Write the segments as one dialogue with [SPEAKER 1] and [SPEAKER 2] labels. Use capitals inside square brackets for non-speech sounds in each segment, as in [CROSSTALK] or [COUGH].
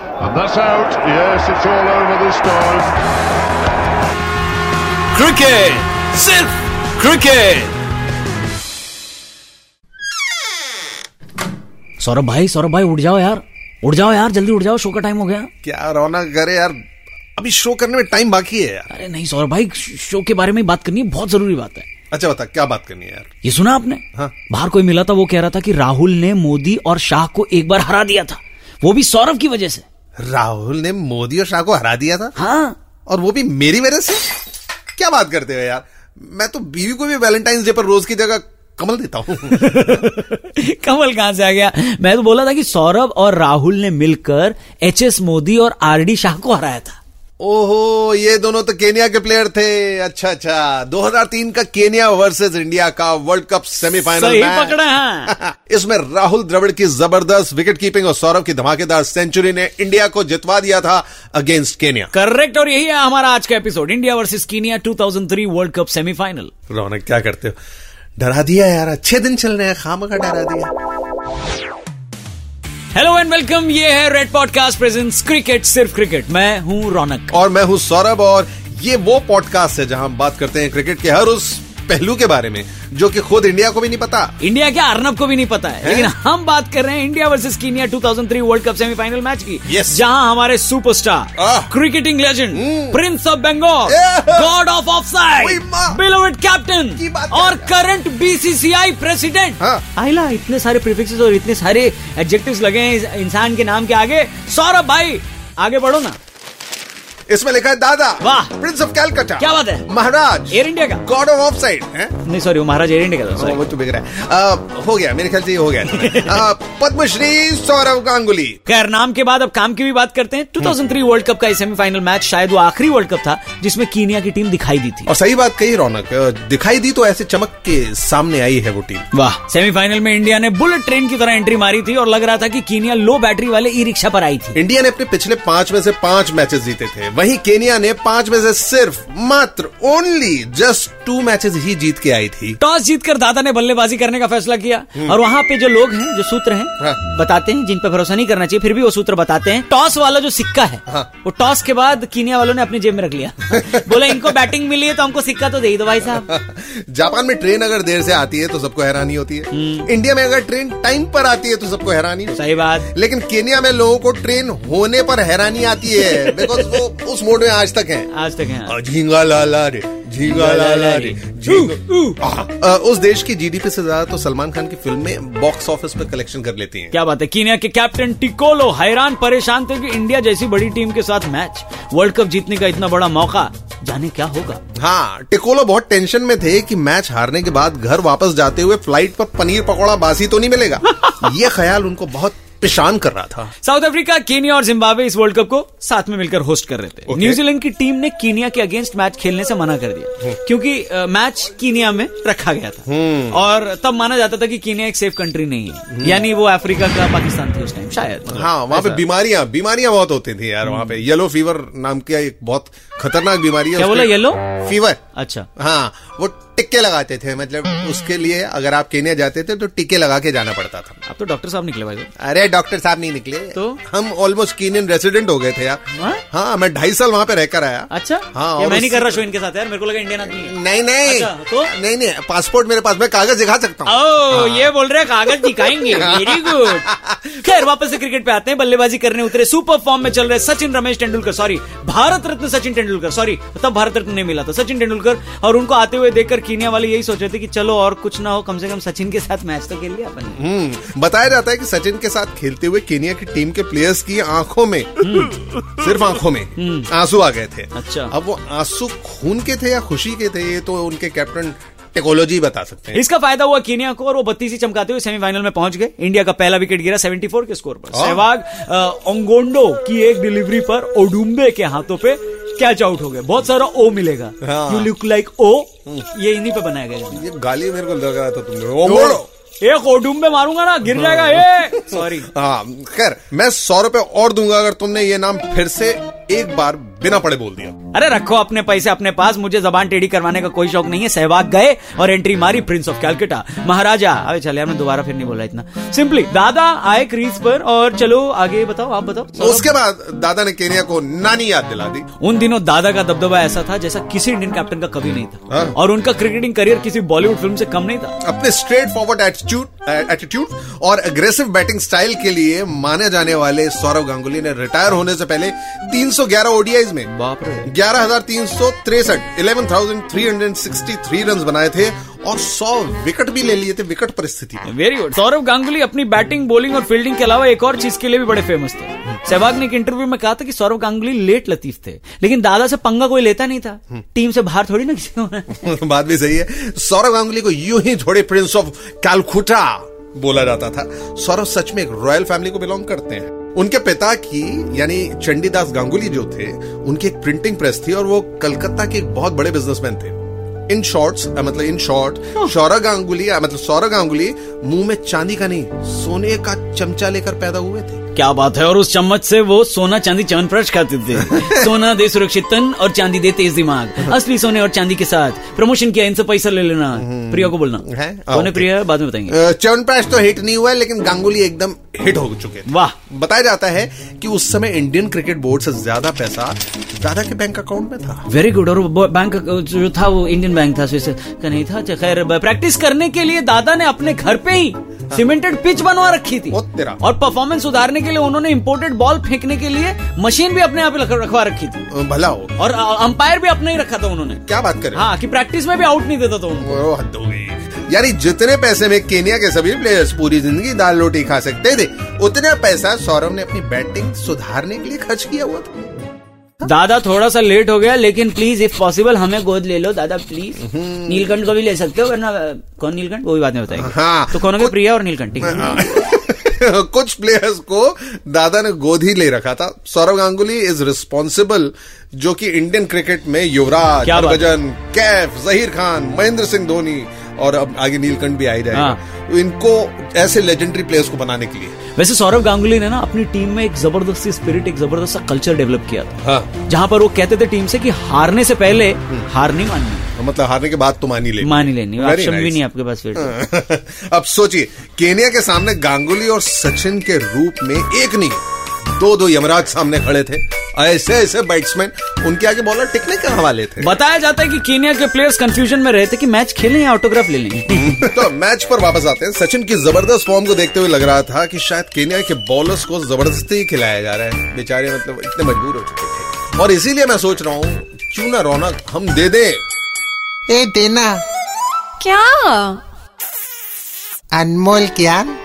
[SPEAKER 1] And that's out. Yes, it's all over this time.
[SPEAKER 2] Cricket सिर्फ cricket
[SPEAKER 3] Saurabh भाई सौरभ भाई उठ जाओ यार उठ जाओ यार जल्दी उठ जाओ शो का टाइम हो गया
[SPEAKER 4] क्या रौनक करे यार अभी शो करने में टाइम बाकी है यार
[SPEAKER 3] अरे नहीं सौरभ भाई शो के बारे में ही बात करनी है बहुत जरूरी बात है
[SPEAKER 4] अच्छा बता क्या बात करनी है यार
[SPEAKER 3] ये सुना आपने
[SPEAKER 4] हाँ।
[SPEAKER 3] बाहर कोई मिला था वो कह रहा था कि राहुल ने मोदी और शाह को एक बार हरा दिया था वो भी सौरभ की वजह से
[SPEAKER 4] राहुल ने मोदी और शाह को हरा दिया था
[SPEAKER 3] हाँ [LAUGHS]
[SPEAKER 4] और वो भी मेरी वजह से क्या बात करते हो यार मैं तो बीवी को भी वैलेंटाइन डे पर रोज की जगह कमल देता हूँ
[SPEAKER 3] [LAUGHS] कमल कहां से आ गया मैं तो बोला था कि सौरभ और राहुल ने मिलकर एच एस मोदी और आर डी शाह को हराया था
[SPEAKER 4] ओहो ये दोनों तो केनिया के प्लेयर थे अच्छा अच्छा 2003 का केनिया वर्सेस इंडिया का वर्ल्ड कप सेमीफाइनल
[SPEAKER 3] सही
[SPEAKER 4] मैच।
[SPEAKER 3] पकड़ा, हाँ।
[SPEAKER 4] [LAUGHS] इसमें राहुल द्रविड़ की जबरदस्त विकेट कीपिंग और सौरभ की धमाकेदार सेंचुरी ने इंडिया को जितवा दिया था अगेंस्ट केनिया
[SPEAKER 3] करेक्ट और यही है हमारा आज का episode India versus Kenya 2003 world cup semifinal
[SPEAKER 4] Raunak क्या करते हो डरा दिया यार अच्छे दिन चल रहे हैं खाम का डरा दिया
[SPEAKER 3] हेलो एंड वेलकम ये है रेड पॉडकास्ट प्रेजेंट्स क्रिकेट सिर्फ क्रिकेट मैं हूं रौनक
[SPEAKER 4] और मैं हूं सौरभ और ये वो पॉडकास्ट है जहां हम बात करते हैं क्रिकेट के हर उस पहलू के बारे में जो कि खुद इंडिया को भी नहीं पता
[SPEAKER 3] इंडिया के अर्नब को भी नहीं पता है लेकिन हम बात कर रहे हैं India versus Kenya 2003 world cup semifinal match की
[SPEAKER 4] Yes.
[SPEAKER 3] जहां हमारे superstar
[SPEAKER 4] ah.
[SPEAKER 3] Cricketing legend prince of Bengal
[SPEAKER 4] hmm. Yeah.
[SPEAKER 3] God of
[SPEAKER 4] वही
[SPEAKER 3] ऑफसाइड
[SPEAKER 4] माँ।
[SPEAKER 3] बिलोवेड
[SPEAKER 4] की
[SPEAKER 3] कैप्टन
[SPEAKER 4] बात
[SPEAKER 3] और
[SPEAKER 4] कर
[SPEAKER 3] करंट बीसीसीआई प्रेसिडेंट
[SPEAKER 4] हाँ।
[SPEAKER 3] आइला इतने सारे प्रिफिक्सेस और इतने सारे एडजेक्टिव्स लगे हैं इस इंसान के नाम के आगे सौरभ भाई आगे बढ़ो ना
[SPEAKER 4] इसमें लिखा है दादा
[SPEAKER 3] वाह।
[SPEAKER 4] प्रिंस ऑफ कैलकाटा
[SPEAKER 3] क्या बात है?
[SPEAKER 4] महाराज
[SPEAKER 3] एयर इंडिया का
[SPEAKER 4] गॉड ऑफ ऑफ साइड
[SPEAKER 3] नहीं सॉरी वो महाराज एयर इंडिया का था, sorry।
[SPEAKER 4] वो तो बिगड़ रहा है अ, हो गया मेरे ख्याल से ये हो गया अ, पद्मश्री सौरव गांगुली
[SPEAKER 3] खैर नाम के बाद अब काम की भी बात करते हैं 2003 वर्ल्ड कप का सेमीफाइनल मैच शायद वो आखिरी वर्ल्ड कप था जिसमें कीनिया की टीम दिखाई दी थी
[SPEAKER 4] और सही बात कही रौनक अ, दिखाई दी तो ऐसे चमक के सामने आई है वो टीम
[SPEAKER 3] वाह सेमीफाइनल में इंडिया ने बुलेट ट्रेन की तरह एंट्री मारी थी और लग रहा था कि कीनिया लो बैटरी वाले ई रिक्शा पर आई थी
[SPEAKER 4] इंडिया ने अपने पिछले पांच में से पांच मैचेस जीते थे वहीं केनिया ने पांच में से सिर्फ मात्र ओनली जस्ट टू मैचेस ही जीत के आई थी [LAUGHS]
[SPEAKER 3] टॉस जीतकर दादा ने बल्लेबाजी करने का फैसला किया और वहां पे जो लोग हैं जो सूत्र हैं
[SPEAKER 4] हम्म। हाँ।
[SPEAKER 3] बताते हैं जिन पर भरोसा नहीं करना चाहिए फिर भी वो सूत्र बताते हैं टॉस वाला जो सिक्का है
[SPEAKER 4] हाँ।
[SPEAKER 3] वो टॉस के बाद कीनिया वालों ने अपनी जेब में रख
[SPEAKER 4] [LAUGHS]
[SPEAKER 3] लिया बोला इनको बैटिंग मिली है तो हमको सिक्का तो दे ही दो भाई
[SPEAKER 4] [LAUGHS]
[SPEAKER 3] साहब
[SPEAKER 4] जापान में ट्रेन अगर देर से आती है तो सबको हैरानी होती है इंडिया में अगर ट्रेन टाइम पर आती है तो सबको हैरानी होती है
[SPEAKER 3] सही बात
[SPEAKER 4] लेकिन केनिया में लोगों को ट्रेन होने पर हैरानी आती है बिकॉज वो उस मोड में आज तक है
[SPEAKER 3] आज तक है
[SPEAKER 4] झींगा लाला रे झींगा लाला रे झींगा- आ, उस देश की जीडीपी से ज्यादा तो सलमान खान की फिल्में बॉक्स ऑफिस पर कलेक्शन कर लेती हैं
[SPEAKER 3] क्या बात है कीनिया के कैप्टन टिकोलो हैरान परेशान थे कि इंडिया जैसी बड़ी टीम के साथ मैच वर्ल्ड कप जीतने का इतना बड़ा मौका जाने क्या होगा
[SPEAKER 4] हाँ टिकोलो बहुत टेंशन में थे कि मैच हारने के बाद घर वापस जाते हुए फ्लाइट पर पनीर पकौड़ा बासी तो नहीं
[SPEAKER 3] [LAUGHS]
[SPEAKER 4] मिलेगा ये ख्याल उनको बहुत पेशान कर रहा था
[SPEAKER 3] साउथ अफ्रीका केनिया और जिम्बाब्वे इस वर्ल्ड कप को साथ में मिलकर होस्ट कर रहे थे
[SPEAKER 4] Okay.
[SPEAKER 3] न्यूजीलैंड की टीम ने कीनिया के अगेंस्ट मैच खेलने से मना कर
[SPEAKER 4] हम्म।
[SPEAKER 3] दिया क्योंकि अ, मैच कीनिया में रखा गया था और तब माना जाता था कि कीनिया एक सेफ कंट्री नहीं है यानी वो अफ्रीका का पाकिस्तान थी उस टाइम शायद
[SPEAKER 4] हम्म। हाँ वहाँ पे बीमारियां बीमारियां बहुत होती थी यार वहाँ पे येलो फीवर नाम की एक बहुत खतरनाक बीमारी है
[SPEAKER 3] क्या
[SPEAKER 4] उसके-
[SPEAKER 3] बोला, येलो?
[SPEAKER 4] फीवर
[SPEAKER 3] अच्छा
[SPEAKER 4] हाँ वो टिक्के लगाते थे मतलब उसके लिए अगर आप केन्या जाते थे तो टिक्के लगा के जाना पड़ता था
[SPEAKER 3] अब तो डॉक्टर साहब निकले भाई साहब।
[SPEAKER 4] अरे डॉक्टर साहब नहीं निकले
[SPEAKER 3] तो?
[SPEAKER 4] हम ऑलमोस्ट कीनियन रेसिडेंट हो गए थे यार
[SPEAKER 3] हाँ?
[SPEAKER 4] हाँ मैं ढाई साल वहाँ पे रहकर आया
[SPEAKER 3] अच्छा
[SPEAKER 4] हाँ
[SPEAKER 3] ये
[SPEAKER 4] और
[SPEAKER 3] मैं नहीं
[SPEAKER 4] उस-
[SPEAKER 3] कर रहा शो इनके साथ यार मेरे को लगा इंडियन आदमी है।
[SPEAKER 4] नहीं नहीं
[SPEAKER 3] अच्छा, तो?
[SPEAKER 4] नहीं नहीं पासपोर्ट मेरे पास मैं कागज दिखा सकता हूँ
[SPEAKER 3] ओ ये बोल रहे हैं कागज दिखाएंगे वेरी गुड खैर वापस से क्रिकेट पे आते हैं बल्लेबाजी करने उतरे सुपर फॉर्म में चल रहे सचिन रमेश तेंदुलकर सॉरी भारत रत्न सचिन तेंदुलकर सॉरी तब भारत रत्न नहीं मिला था सचिन तेंदुलकर और उनको आते हुए देखकर कीनिया वाले यही सोच रहे थे कि चलो और कुछ ना हो कम से कम सचिन के साथ मैच तो खेल लिया अपन ने।
[SPEAKER 4] हम्म बताया जाता है कि सचिन के साथ खेलते हुए केनिया की टीम के प्लेयर्स की आंखों में सिर्फ आंखों में आंसू आ गए थे
[SPEAKER 3] हम्म। अच्छा।
[SPEAKER 4] अब वो आंसू खून के थे या खुशी के थे ये तो उनके कैप्टन टेक्नोलॉजी बता सकते हैं
[SPEAKER 3] इसका फायदा हुआ कीनिया को और वो बत्तीस ही चमकाते हुए सेमीफाइनल में पहुंच गए इंडिया का पहला विकेट गिरा 74 के स्कोर
[SPEAKER 4] हाँ।
[SPEAKER 3] पर सहवाग अ, ओंगोंडो की एक डिलीवरी पर ओडुम्बे के हाथों पे कैच आउट हो गए बहुत सारा ओ मिलेगा
[SPEAKER 4] हाँ।
[SPEAKER 3] यू लुक लाइक ओ ये इन्हीं पे बनाया गया है।
[SPEAKER 4] ये गाली मेरे को लग रहा था तुमने ओ मोड़ो
[SPEAKER 3] एक ओडुम्बे मारूंगा ना गिर जाएगा ये सॉरी
[SPEAKER 4] हाँ खैर मैं सौ रुपए और दूंगा अगर तुमने ये नाम फिर से एक बार बिना पड़े बोल दिया
[SPEAKER 3] अरे रखो अपने पैसे अपने पास मुझे जबान टेढ़ी करवाने का कोई शौक नहीं है सहवाग गए और एंट्री मारी प्रिंस ऑफ कैलकटा महाराजा अरे चले हमने दोबारा फिर नहीं बोला इतना सिंपली दादा आए क्रीज पर और चलो आगे बताओ आप बताओ सौरभ।
[SPEAKER 4] उसके बाद दादा ने केनिया को नानी याद दिला दी
[SPEAKER 3] उन दिनों दादा का दबदबा ऐसा था जैसा किसी इंडियन कैप्टन का कभी नहीं था
[SPEAKER 4] हाँ।
[SPEAKER 3] और उनका क्रिकेटिंग करियर किसी बॉलीवुड फिल्म से कम नहीं था
[SPEAKER 4] अपने स्ट्रेट फॉरवर्ड एटीट्यूड एटीट्यूड और अग्रेसिव बैटिंग स्टाइल के लिए माने जाने वाले सौरव गांगुली ने रिटायर होने से पहले 311 ओडीआईज में
[SPEAKER 3] बाप रे
[SPEAKER 4] ग्यारह हजार तीन सौ तिरसठ eleven thousand three hundred sixty three run बनाए थे और सौ विकेट भी ले लिए थे विकट परिस्थिति में
[SPEAKER 3] वेरी गुड सौरभ गांगुली अपनी बैटिंग बॉलिंग और फील्डिंग के अलावा एक और चीज के लिए भी बड़े फेमस थे सहवाग ने एक इंटरव्यू में कहा था कि सौरव गांगुली लेट लतीफ थे लेकिन दादा से पंगा कोई लेता नहीं था टीम से बाहर थोड़ी ना किसी को होना है।
[SPEAKER 4] [LAUGHS] बात भी सही है सौरव गांगुली को यूं ही थोड़े प्रिंस ऑफ कालखुटा बोला जाता था सौरव सच में एक रॉयल फैमिली को बिलोंग करते हैं उनके पिता की यानी चंडीदास गांगुली जो थे उनकी एक प्रिंटिंग प्रेस थी और वो कलकत्ता के एक बहुत बड़े बिजनेसमैन थे इन शॉर्ट्स मतलब इन शॉर्ट सौरव गांगुली अ, मतलब सौरव गांगुली मुंह में चांदी का नहीं सोने का चमचा लेकर पैदा हुए थे
[SPEAKER 3] क्या बात है और उस चम्मच से वो सोना चांदी च्यवनप्राश खाते [LAUGHS] थे सोना दे सुरक्षित तन और चांदी दे तेज दिमाग असली सोने और चांदी के साथ प्रमोशन किया इनसे पैसा ले लेना प्रिया को बोलना
[SPEAKER 4] है? हाँ,
[SPEAKER 3] कौन है
[SPEAKER 4] ओके।
[SPEAKER 3] प्रिया बाद में बताएंगे
[SPEAKER 4] अ, च्यवनप्राश तो हिट नहीं हुआ है, लेकिन गांगुली एकदम हिट हो चुके थे
[SPEAKER 3] वाह
[SPEAKER 4] बताया जाता है कि उस समय इंडियन क्रिकेट बोर्ड से ज्यादा पैसा दादा के बैंक अकाउंट में था
[SPEAKER 3] वेरी गुड और वो बैंक जो था वो इंडियन बैंक था स्विस का नहीं था अच्छा, खैर प्रैक्टिस करने के लिए दादा ने अपने घर पे ही सीमेंटेड पिच बनवा रखी थी
[SPEAKER 4] वो तेरा।
[SPEAKER 3] और परफॉर्मेंस सुधारने के लिए उन्होंने इम्पोर्टेड बॉल फेंकने के लिए मशीन भी अपने यहाँ पे रख- रखवा रखी थी
[SPEAKER 4] अ, भला हो
[SPEAKER 3] और अंपायर भी अपने ही रखा था उन्होंने
[SPEAKER 4] क्या बात कर रहे हो?
[SPEAKER 3] हाँ कि प्रैक्टिस में भी आउट नहीं देता था उनको
[SPEAKER 4] वो हद हो गई यानी जितने पैसे में केनिया के सभी प्लेयर्स पूरी जिंदगी दाल रोटी खा सकते थे उतना पैसा सौरव ने अपनी बैटिंग सुधारने के लिए खर्च किया हुआ था
[SPEAKER 3] दादा थोड़ा सा लेट हो गया लेकिन प्लीज इफ पॉसिबल हमें गोद ले लो दादा प्लीज
[SPEAKER 4] हम्म।
[SPEAKER 3] नीलकंठ को भी ले सकते हो वरना अ, कौन नीलकंठ वो भी बाद में बताएंगे
[SPEAKER 4] हाँ।
[SPEAKER 3] तो कौन हो गया प्रिया और नीलकंठ ठीक है
[SPEAKER 4] [LAUGHS] कुछ प्लेयर्स को दादा ने गोद ही ले रखा था सौरव गांगुली इज रिस्पॉन्सिबल जो कि इंडियन क्रिकेट में युवराज
[SPEAKER 3] क्या बात है।
[SPEAKER 4] हरभजन कैफ जहीर खान महेंद्र सिंह धोनी और अब आगे नीलकंठ भी आ ही जाएगा
[SPEAKER 3] हाँ।
[SPEAKER 4] इनको ऐसे लेजेंडरी प्लेयर्स को बनाने के लिए
[SPEAKER 3] वैसे सौरव गांगुली ने ना अपनी टीम में एक जबरदस्ती स्पिरिट एक जबरदस्त सा कल्चर डेवलप किया था
[SPEAKER 4] हाँ
[SPEAKER 3] जहां पर वो कहते थे टीम से कि हारने से पहले हार नहीं माननी
[SPEAKER 4] मतलब हारने के बाद तो मान ही लेनी
[SPEAKER 3] मान ही लेनी
[SPEAKER 4] Very
[SPEAKER 3] ऑप्शन भी
[SPEAKER 4] nice. हाँ।
[SPEAKER 3] नहीं आपके पास फिर
[SPEAKER 4] अब सोचिए केनिया के सामने गांगुली और सचिन के रूप में एक नहीं दो दो यमराज सामने खड़े थे ऐसे ऐसे बैट्समैन उनके आगे बॉलर टिकने के हवाले थे
[SPEAKER 3] [LAUGHS] बताया जाता है कि केनिया के प्लेयर्स कंफ्यूजन में रहे थे कि मैच खेलें या ऑटोग्राफ ले लें
[SPEAKER 4] तो मैच पर वापस आते हैं सचिन की जबरदस्त फॉर्म को देखते हुए लग रहा था कि शायद केनिया के बॉलर्स को जबरदस्ती ही खिलाया जा रहा है बेचारे मतलब इतने मजबूर हो चुके थे और इसीलिए मैं सोच रहा हूँ क्यों ना रौनक हम दे दें
[SPEAKER 5] ए देना
[SPEAKER 6] क्या
[SPEAKER 5] अनमोल ज्ञान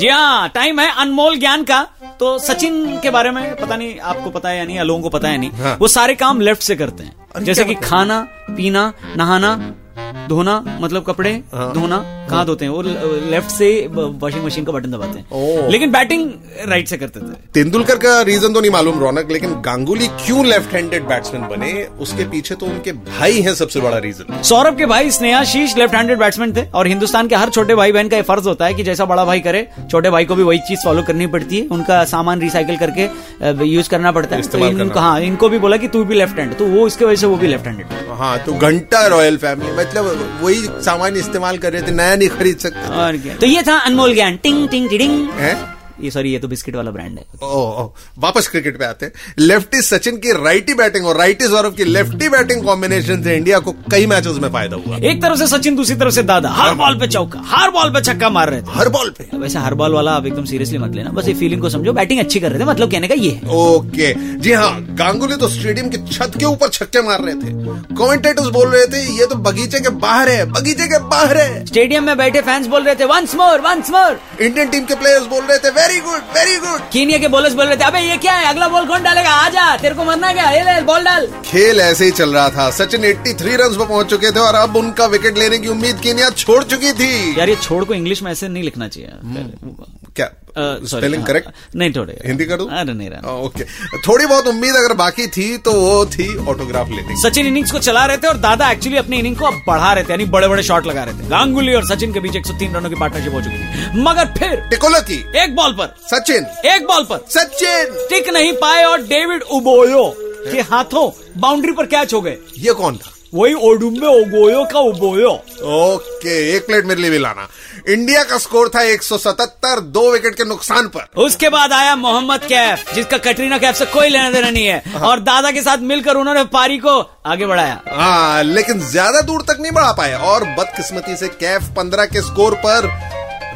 [SPEAKER 3] जी हाँ टाइम है अनमोल ज्ञान का तो सचिन के बारे में पता नहीं आपको पता है या नहीं या लोगों को पता है या नहीं
[SPEAKER 4] हाँ।
[SPEAKER 3] वो सारे काम लेफ्ट से करते हैं
[SPEAKER 4] अरे
[SPEAKER 3] जैसे
[SPEAKER 4] क्या
[SPEAKER 3] कि
[SPEAKER 4] मतलब?
[SPEAKER 3] खाना पीना नहाना धोना मतलब कपड़े
[SPEAKER 4] हाँ।
[SPEAKER 3] धोना कहाँ धोते हैं वो ल- लेफ्ट से वॉशिंग मशीन का बटन दबाते हैं
[SPEAKER 4] ओह।
[SPEAKER 3] लेकिन बैटिंग राइट से करते थे
[SPEAKER 4] तेंदुलकर का रीजन तो नहीं मालूम रौनक लेकिन गांगुली क्यों लेफ्ट हैंडेड बैट्समैन बने उसके पीछे तो उनके भाई हैं सबसे बड़ा रीजन
[SPEAKER 3] सौरभ के भाई स्नेहाशीष लेफ्ट हैंडेड बैट्समैन थे और हिंदुस्तान के हर छोटे भाई बहन का ये फर्ज होता है कि जैसा बड़ा भाई करे छोटे भाई को भी वही चीज फॉलो करनी पड़ती है उनका सामान रिसाइकिल करके यूज करना पड़ता है तो
[SPEAKER 4] इस्तेमाल
[SPEAKER 3] इनको
[SPEAKER 4] करना।
[SPEAKER 3] हाँ इनको भी बोला कि तू भी लेफ्ट हैंड तो वो इसके वजह से वो भी लेफ्ट हैंडेड
[SPEAKER 4] हाँ तो घंटा रॉयल फैमिली मतलब वही सामान इस्तेमाल कर रहे थे नया नहीं खरीद सकते
[SPEAKER 3] और क्या तो ये था अनमोल ज्ञान टिंग टिंग टिडिंग
[SPEAKER 4] हैं
[SPEAKER 3] ये सॉरी ये तो बिस्किट वाला ब्रांड है
[SPEAKER 4] ओ, ओ, वापस क्रिकेट पे आते हैं लेफ्टी सचिन की राइटी बैटिंग और राइटी सौरभ की लेफ्टी बैटिंग कॉम्बिनेशन से इंडिया को कई मैचेस में फायदा हुआ
[SPEAKER 3] एक तरफ से सचिन दूसरी तरफ से दादा हर बॉल पे चौका हर बॉल पे छक्का मार रहे थे तो
[SPEAKER 4] हर बॉल पे
[SPEAKER 3] वैसे हर बॉल वाला आप एकदम सीरियसली मत लेना बस ये फीलिंग को समझो बैटिंग अच्छी कर रहे थे मतलब कहने का ये है
[SPEAKER 4] ओके जी हाँ गांगुली तो स्टेडियम की छत के ऊपर छक्के मार रहे थे कमेंटेटर्स बोल रहे थे ये तो बगीचे के बाहर है बगीचे के बाहर है
[SPEAKER 3] स्टेडियम में बैठे फैंस बोल रहे थे once more once more
[SPEAKER 4] Indian team के प्लेयर्स बोल रहे थे very good very good
[SPEAKER 3] Kenya के बॉलर्स बोल रहे थे अबे ये क्या है अगला बॉल कौन डालेगा आजा तेरे को मरना है क्या ये ले बॉल डाल
[SPEAKER 4] खेल ऐसे ही चल रहा था सचिन 83 रन पर पहुंच चुके थे और अब उनका विकेट लेने की उम्मीद केनिया छोड़ चुकी थी
[SPEAKER 3] यार ये छोड़ को इंग्लिश में ऐसे नहीं लिखना चाहिए
[SPEAKER 4] क्या हम्म।
[SPEAKER 3] Uh,
[SPEAKER 4] Spelling correct?
[SPEAKER 3] हाँ, नहीं थोड़े
[SPEAKER 4] हिंदी कर दूं?
[SPEAKER 3] अरे नहीं रहा
[SPEAKER 4] ओके थोड़ी बहुत उम्मीद अगर बाकी थी तो वो थी ऑटोग्राफ लेने की
[SPEAKER 3] सचिन इनिंग्स को चला रहे थे और दादा एक्चुअली अपनी इनिंग को अब बढ़ा रहे थे यानी बड़े बड़े शॉट लगा रहे थे गांगुली और सचिन के बीच 103 रनों की पार्टनरशिप हो चुकी थी मगर फिर
[SPEAKER 4] टिकोला की
[SPEAKER 3] एक बॉल पर
[SPEAKER 4] सचिन
[SPEAKER 3] एक बॉल पर
[SPEAKER 4] सचिन
[SPEAKER 3] टिक नहीं पाए और डेविड उबोयो के हाथों बाउंड्री पर कैच हो गए
[SPEAKER 4] ये कौन था
[SPEAKER 3] वही ओडुम्बे ओगोयो का उबोयो
[SPEAKER 4] ओके एक प्लेट मेरे लिए भी लाना इंडिया का स्कोर था 177 दो विकेट के नुकसान पर
[SPEAKER 3] उसके बाद आया मोहम्मद कैफ जिसका कटरीना कैफ से कोई लेना देना नहीं है और दादा के साथ मिलकर उन्होंने पारी को आगे बढ़ाया
[SPEAKER 4] हाँ लेकिन ज्यादा दूर तक नहीं बढ़ा पाए और बदकिस्मती से कैफ 15 के स्कोर पर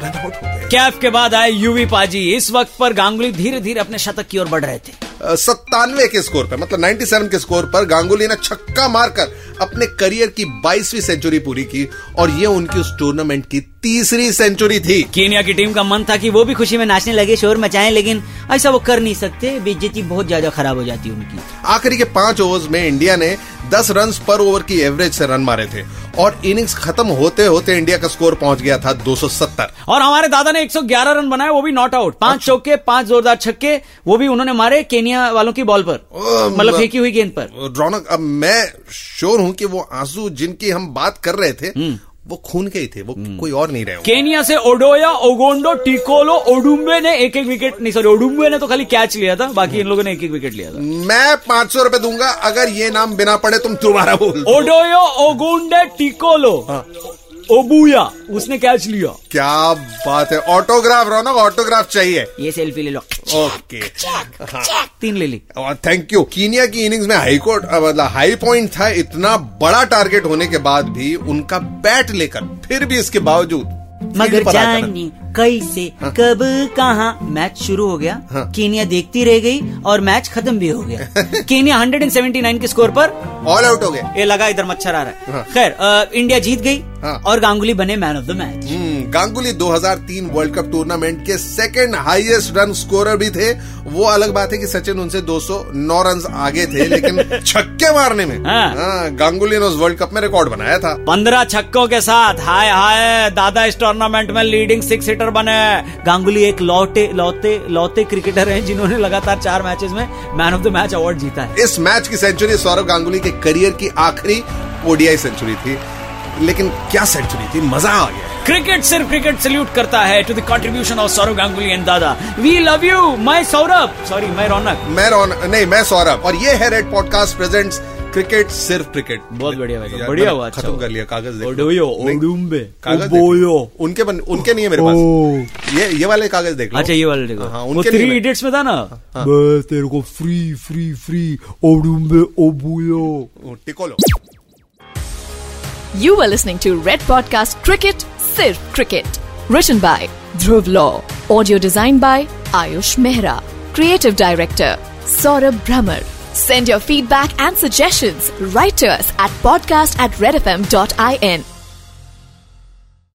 [SPEAKER 4] रन आउट हो गए
[SPEAKER 3] कैफ के बाद आए यूवी पाजी इस वक्त पर गांगुली धीरे धीरे अपने शतक की ओर बढ़ रहे थे
[SPEAKER 4] सत्तानवे के स्कोर पर मतलब 97 के स्कोर पर गांगुली ने छक्का मारकर अपने करियर की 22वीं सेंचुरी पूरी की और ये उनकी उस टूर्नामेंट की तीसरी सेंचुरी थी
[SPEAKER 3] केनिया की टीम का मन था कि वो भी खुशी में नाचने लगे शोर मचाएं लेकिन ऐसा वो कर नहीं सकते बेइज्जती बहुत ज्यादा खराब हो जाती उनकी
[SPEAKER 4] आखिरी के पांच ओवर्स में इंडिया ने 10 रन पर ओवर की एवरेज से रन मारे थे और इनिंग्स खत्म होते होते इंडिया का स्कोर पहुंच गया था 270
[SPEAKER 3] और हमारे दादा ने 111 रन बनाए वो भी नॉट आउट पांच चौके पांच जोरदार छक्के वो भी उन्होंने मारे केनिया वालों की बॉल पर मतलब
[SPEAKER 4] मतलब-
[SPEAKER 3] फेंकी हुई गेंद पर
[SPEAKER 4] रौनक अब मैं श्योर हूं कि वो आंसू जिनकी हम बात कर रहे थे वो खून के ही थे वो कोई और नहीं रहे होंगे
[SPEAKER 3] केनिया से ओडोया ओगोंडो टिकोलो ओडुम्बे ने एक एक विकेट नहीं सॉरी ओडुम्बे ने तो खाली कैच लिया था बाकी इन लोगों ने एक एक विकेट लिया था
[SPEAKER 4] मैं पांच सौ रुपए दूंगा अगर ये नाम बिना पड़े तुम दोबारा बोल दो।
[SPEAKER 3] ओडोयो ओगोंडे टिकोलो
[SPEAKER 4] हाँ।
[SPEAKER 3] ओबुया उसने कैच लिया
[SPEAKER 4] क्या बात है ऑटोग्राफ रौनक ऑटोग्राफ चाहिए
[SPEAKER 3] ये सेल्फी ले लो
[SPEAKER 4] ओके
[SPEAKER 3] तीन ले ली
[SPEAKER 4] और थैंक यू कीनिया की इनिंग्स में हाई कोर्ट अ, मतलब हाई पॉइंट था इतना बड़ा टारगेट होने के बाद भी उनका बैट लेकर फिर भी इसके बावजूद
[SPEAKER 6] मगर
[SPEAKER 4] field पर आकर-
[SPEAKER 6] जाने कैसे
[SPEAKER 4] हाँ।
[SPEAKER 6] कब कहा मैच शुरू हो गया केनिया देखती रह गई और मैच खत्म भी हो
[SPEAKER 4] [LAUGHS]
[SPEAKER 6] गया
[SPEAKER 3] केनिया 179 के स्कोर पर
[SPEAKER 4] ऑल आउट हो गए
[SPEAKER 3] ये लगा इधर मच्छर आ रहा है
[SPEAKER 4] हाँ।
[SPEAKER 3] खैर अ, इंडिया जीत गई
[SPEAKER 4] हाँ।
[SPEAKER 3] और गांगुली बने मैन ऑफ द मैच
[SPEAKER 4] हम्म, गांगुली 2003 वर्ल्ड कप टूर्नामेंट के सेकंड हाईएस्ट रन स्कोरर भी थे वो अलग बात है कि सचिन उनसे 209 रन आगे
[SPEAKER 3] [LAUGHS]
[SPEAKER 4] थे लेकिन छक्के मारने में
[SPEAKER 3] हाँ।
[SPEAKER 4] हाँ, गांगुली ने उस वर्ल्ड कप में रिकॉर्ड बनाया था
[SPEAKER 3] पंद्रह छक्कों के साथ हाय हाय दादा इस टूर्नामेंट में लीडिंग सिक्स हिटर बने गांगुली एक लौटे लौते लौते क्रिकेटर हैं जिन्होंने लगातार चार मैचेस में man of the match award जीता है
[SPEAKER 4] इस मैच की सेंचुरी सौरव गांगुली के करियर की आखिरी ओडीआई सेंचुरी थी लेकिन क्या सेंचुरी थी मजा आ गया
[SPEAKER 3] क्रिकेट सिर्फ क्रिकेट सल्यूट करता है to the contribution of Sourav Ganguly and Dada we love you मैं सौरभ सॉरी मैं रौनक
[SPEAKER 4] मैं रौन नहीं मैं सौरभ और ये है रेड पॉडकास्ट प्रेजेंट्स क्रिकेट सिर्फ क्रिकेट
[SPEAKER 3] बहुत बढ़िया भाई साहब,
[SPEAKER 4] यार,
[SPEAKER 3] बढ़िया
[SPEAKER 4] मैंने
[SPEAKER 3] हुआ, अच्छा
[SPEAKER 4] खत्म
[SPEAKER 3] हुआ।
[SPEAKER 4] कर लिया कागज देख लो।
[SPEAKER 3] ओडोयो,
[SPEAKER 4] नहीं,
[SPEAKER 3] ओडुम्बे,
[SPEAKER 4] कागज देख लो।
[SPEAKER 3] ओबोयो।
[SPEAKER 4] उनके बन, उनके नहीं है मेरे पास ये ये वाले कागज देख लो
[SPEAKER 3] अच्छा ये वाले देखो
[SPEAKER 4] हाँ,
[SPEAKER 3] वो
[SPEAKER 4] उनके हाँ।
[SPEAKER 3] थ्री
[SPEAKER 4] नहीं है।
[SPEAKER 3] इडियट्स में था ना
[SPEAKER 7] मैं तेरे को free free free Odumbe Obuya
[SPEAKER 4] वो टिको लो
[SPEAKER 8] You were listening to Red Podcast Cricket, Sirf Cricket. Written by Dhruv Law. Audio designed by Ayush Mehra. Creative Director Saurabh Brahmer. Send your feedback and suggestions right to us at podcast at redfm.in.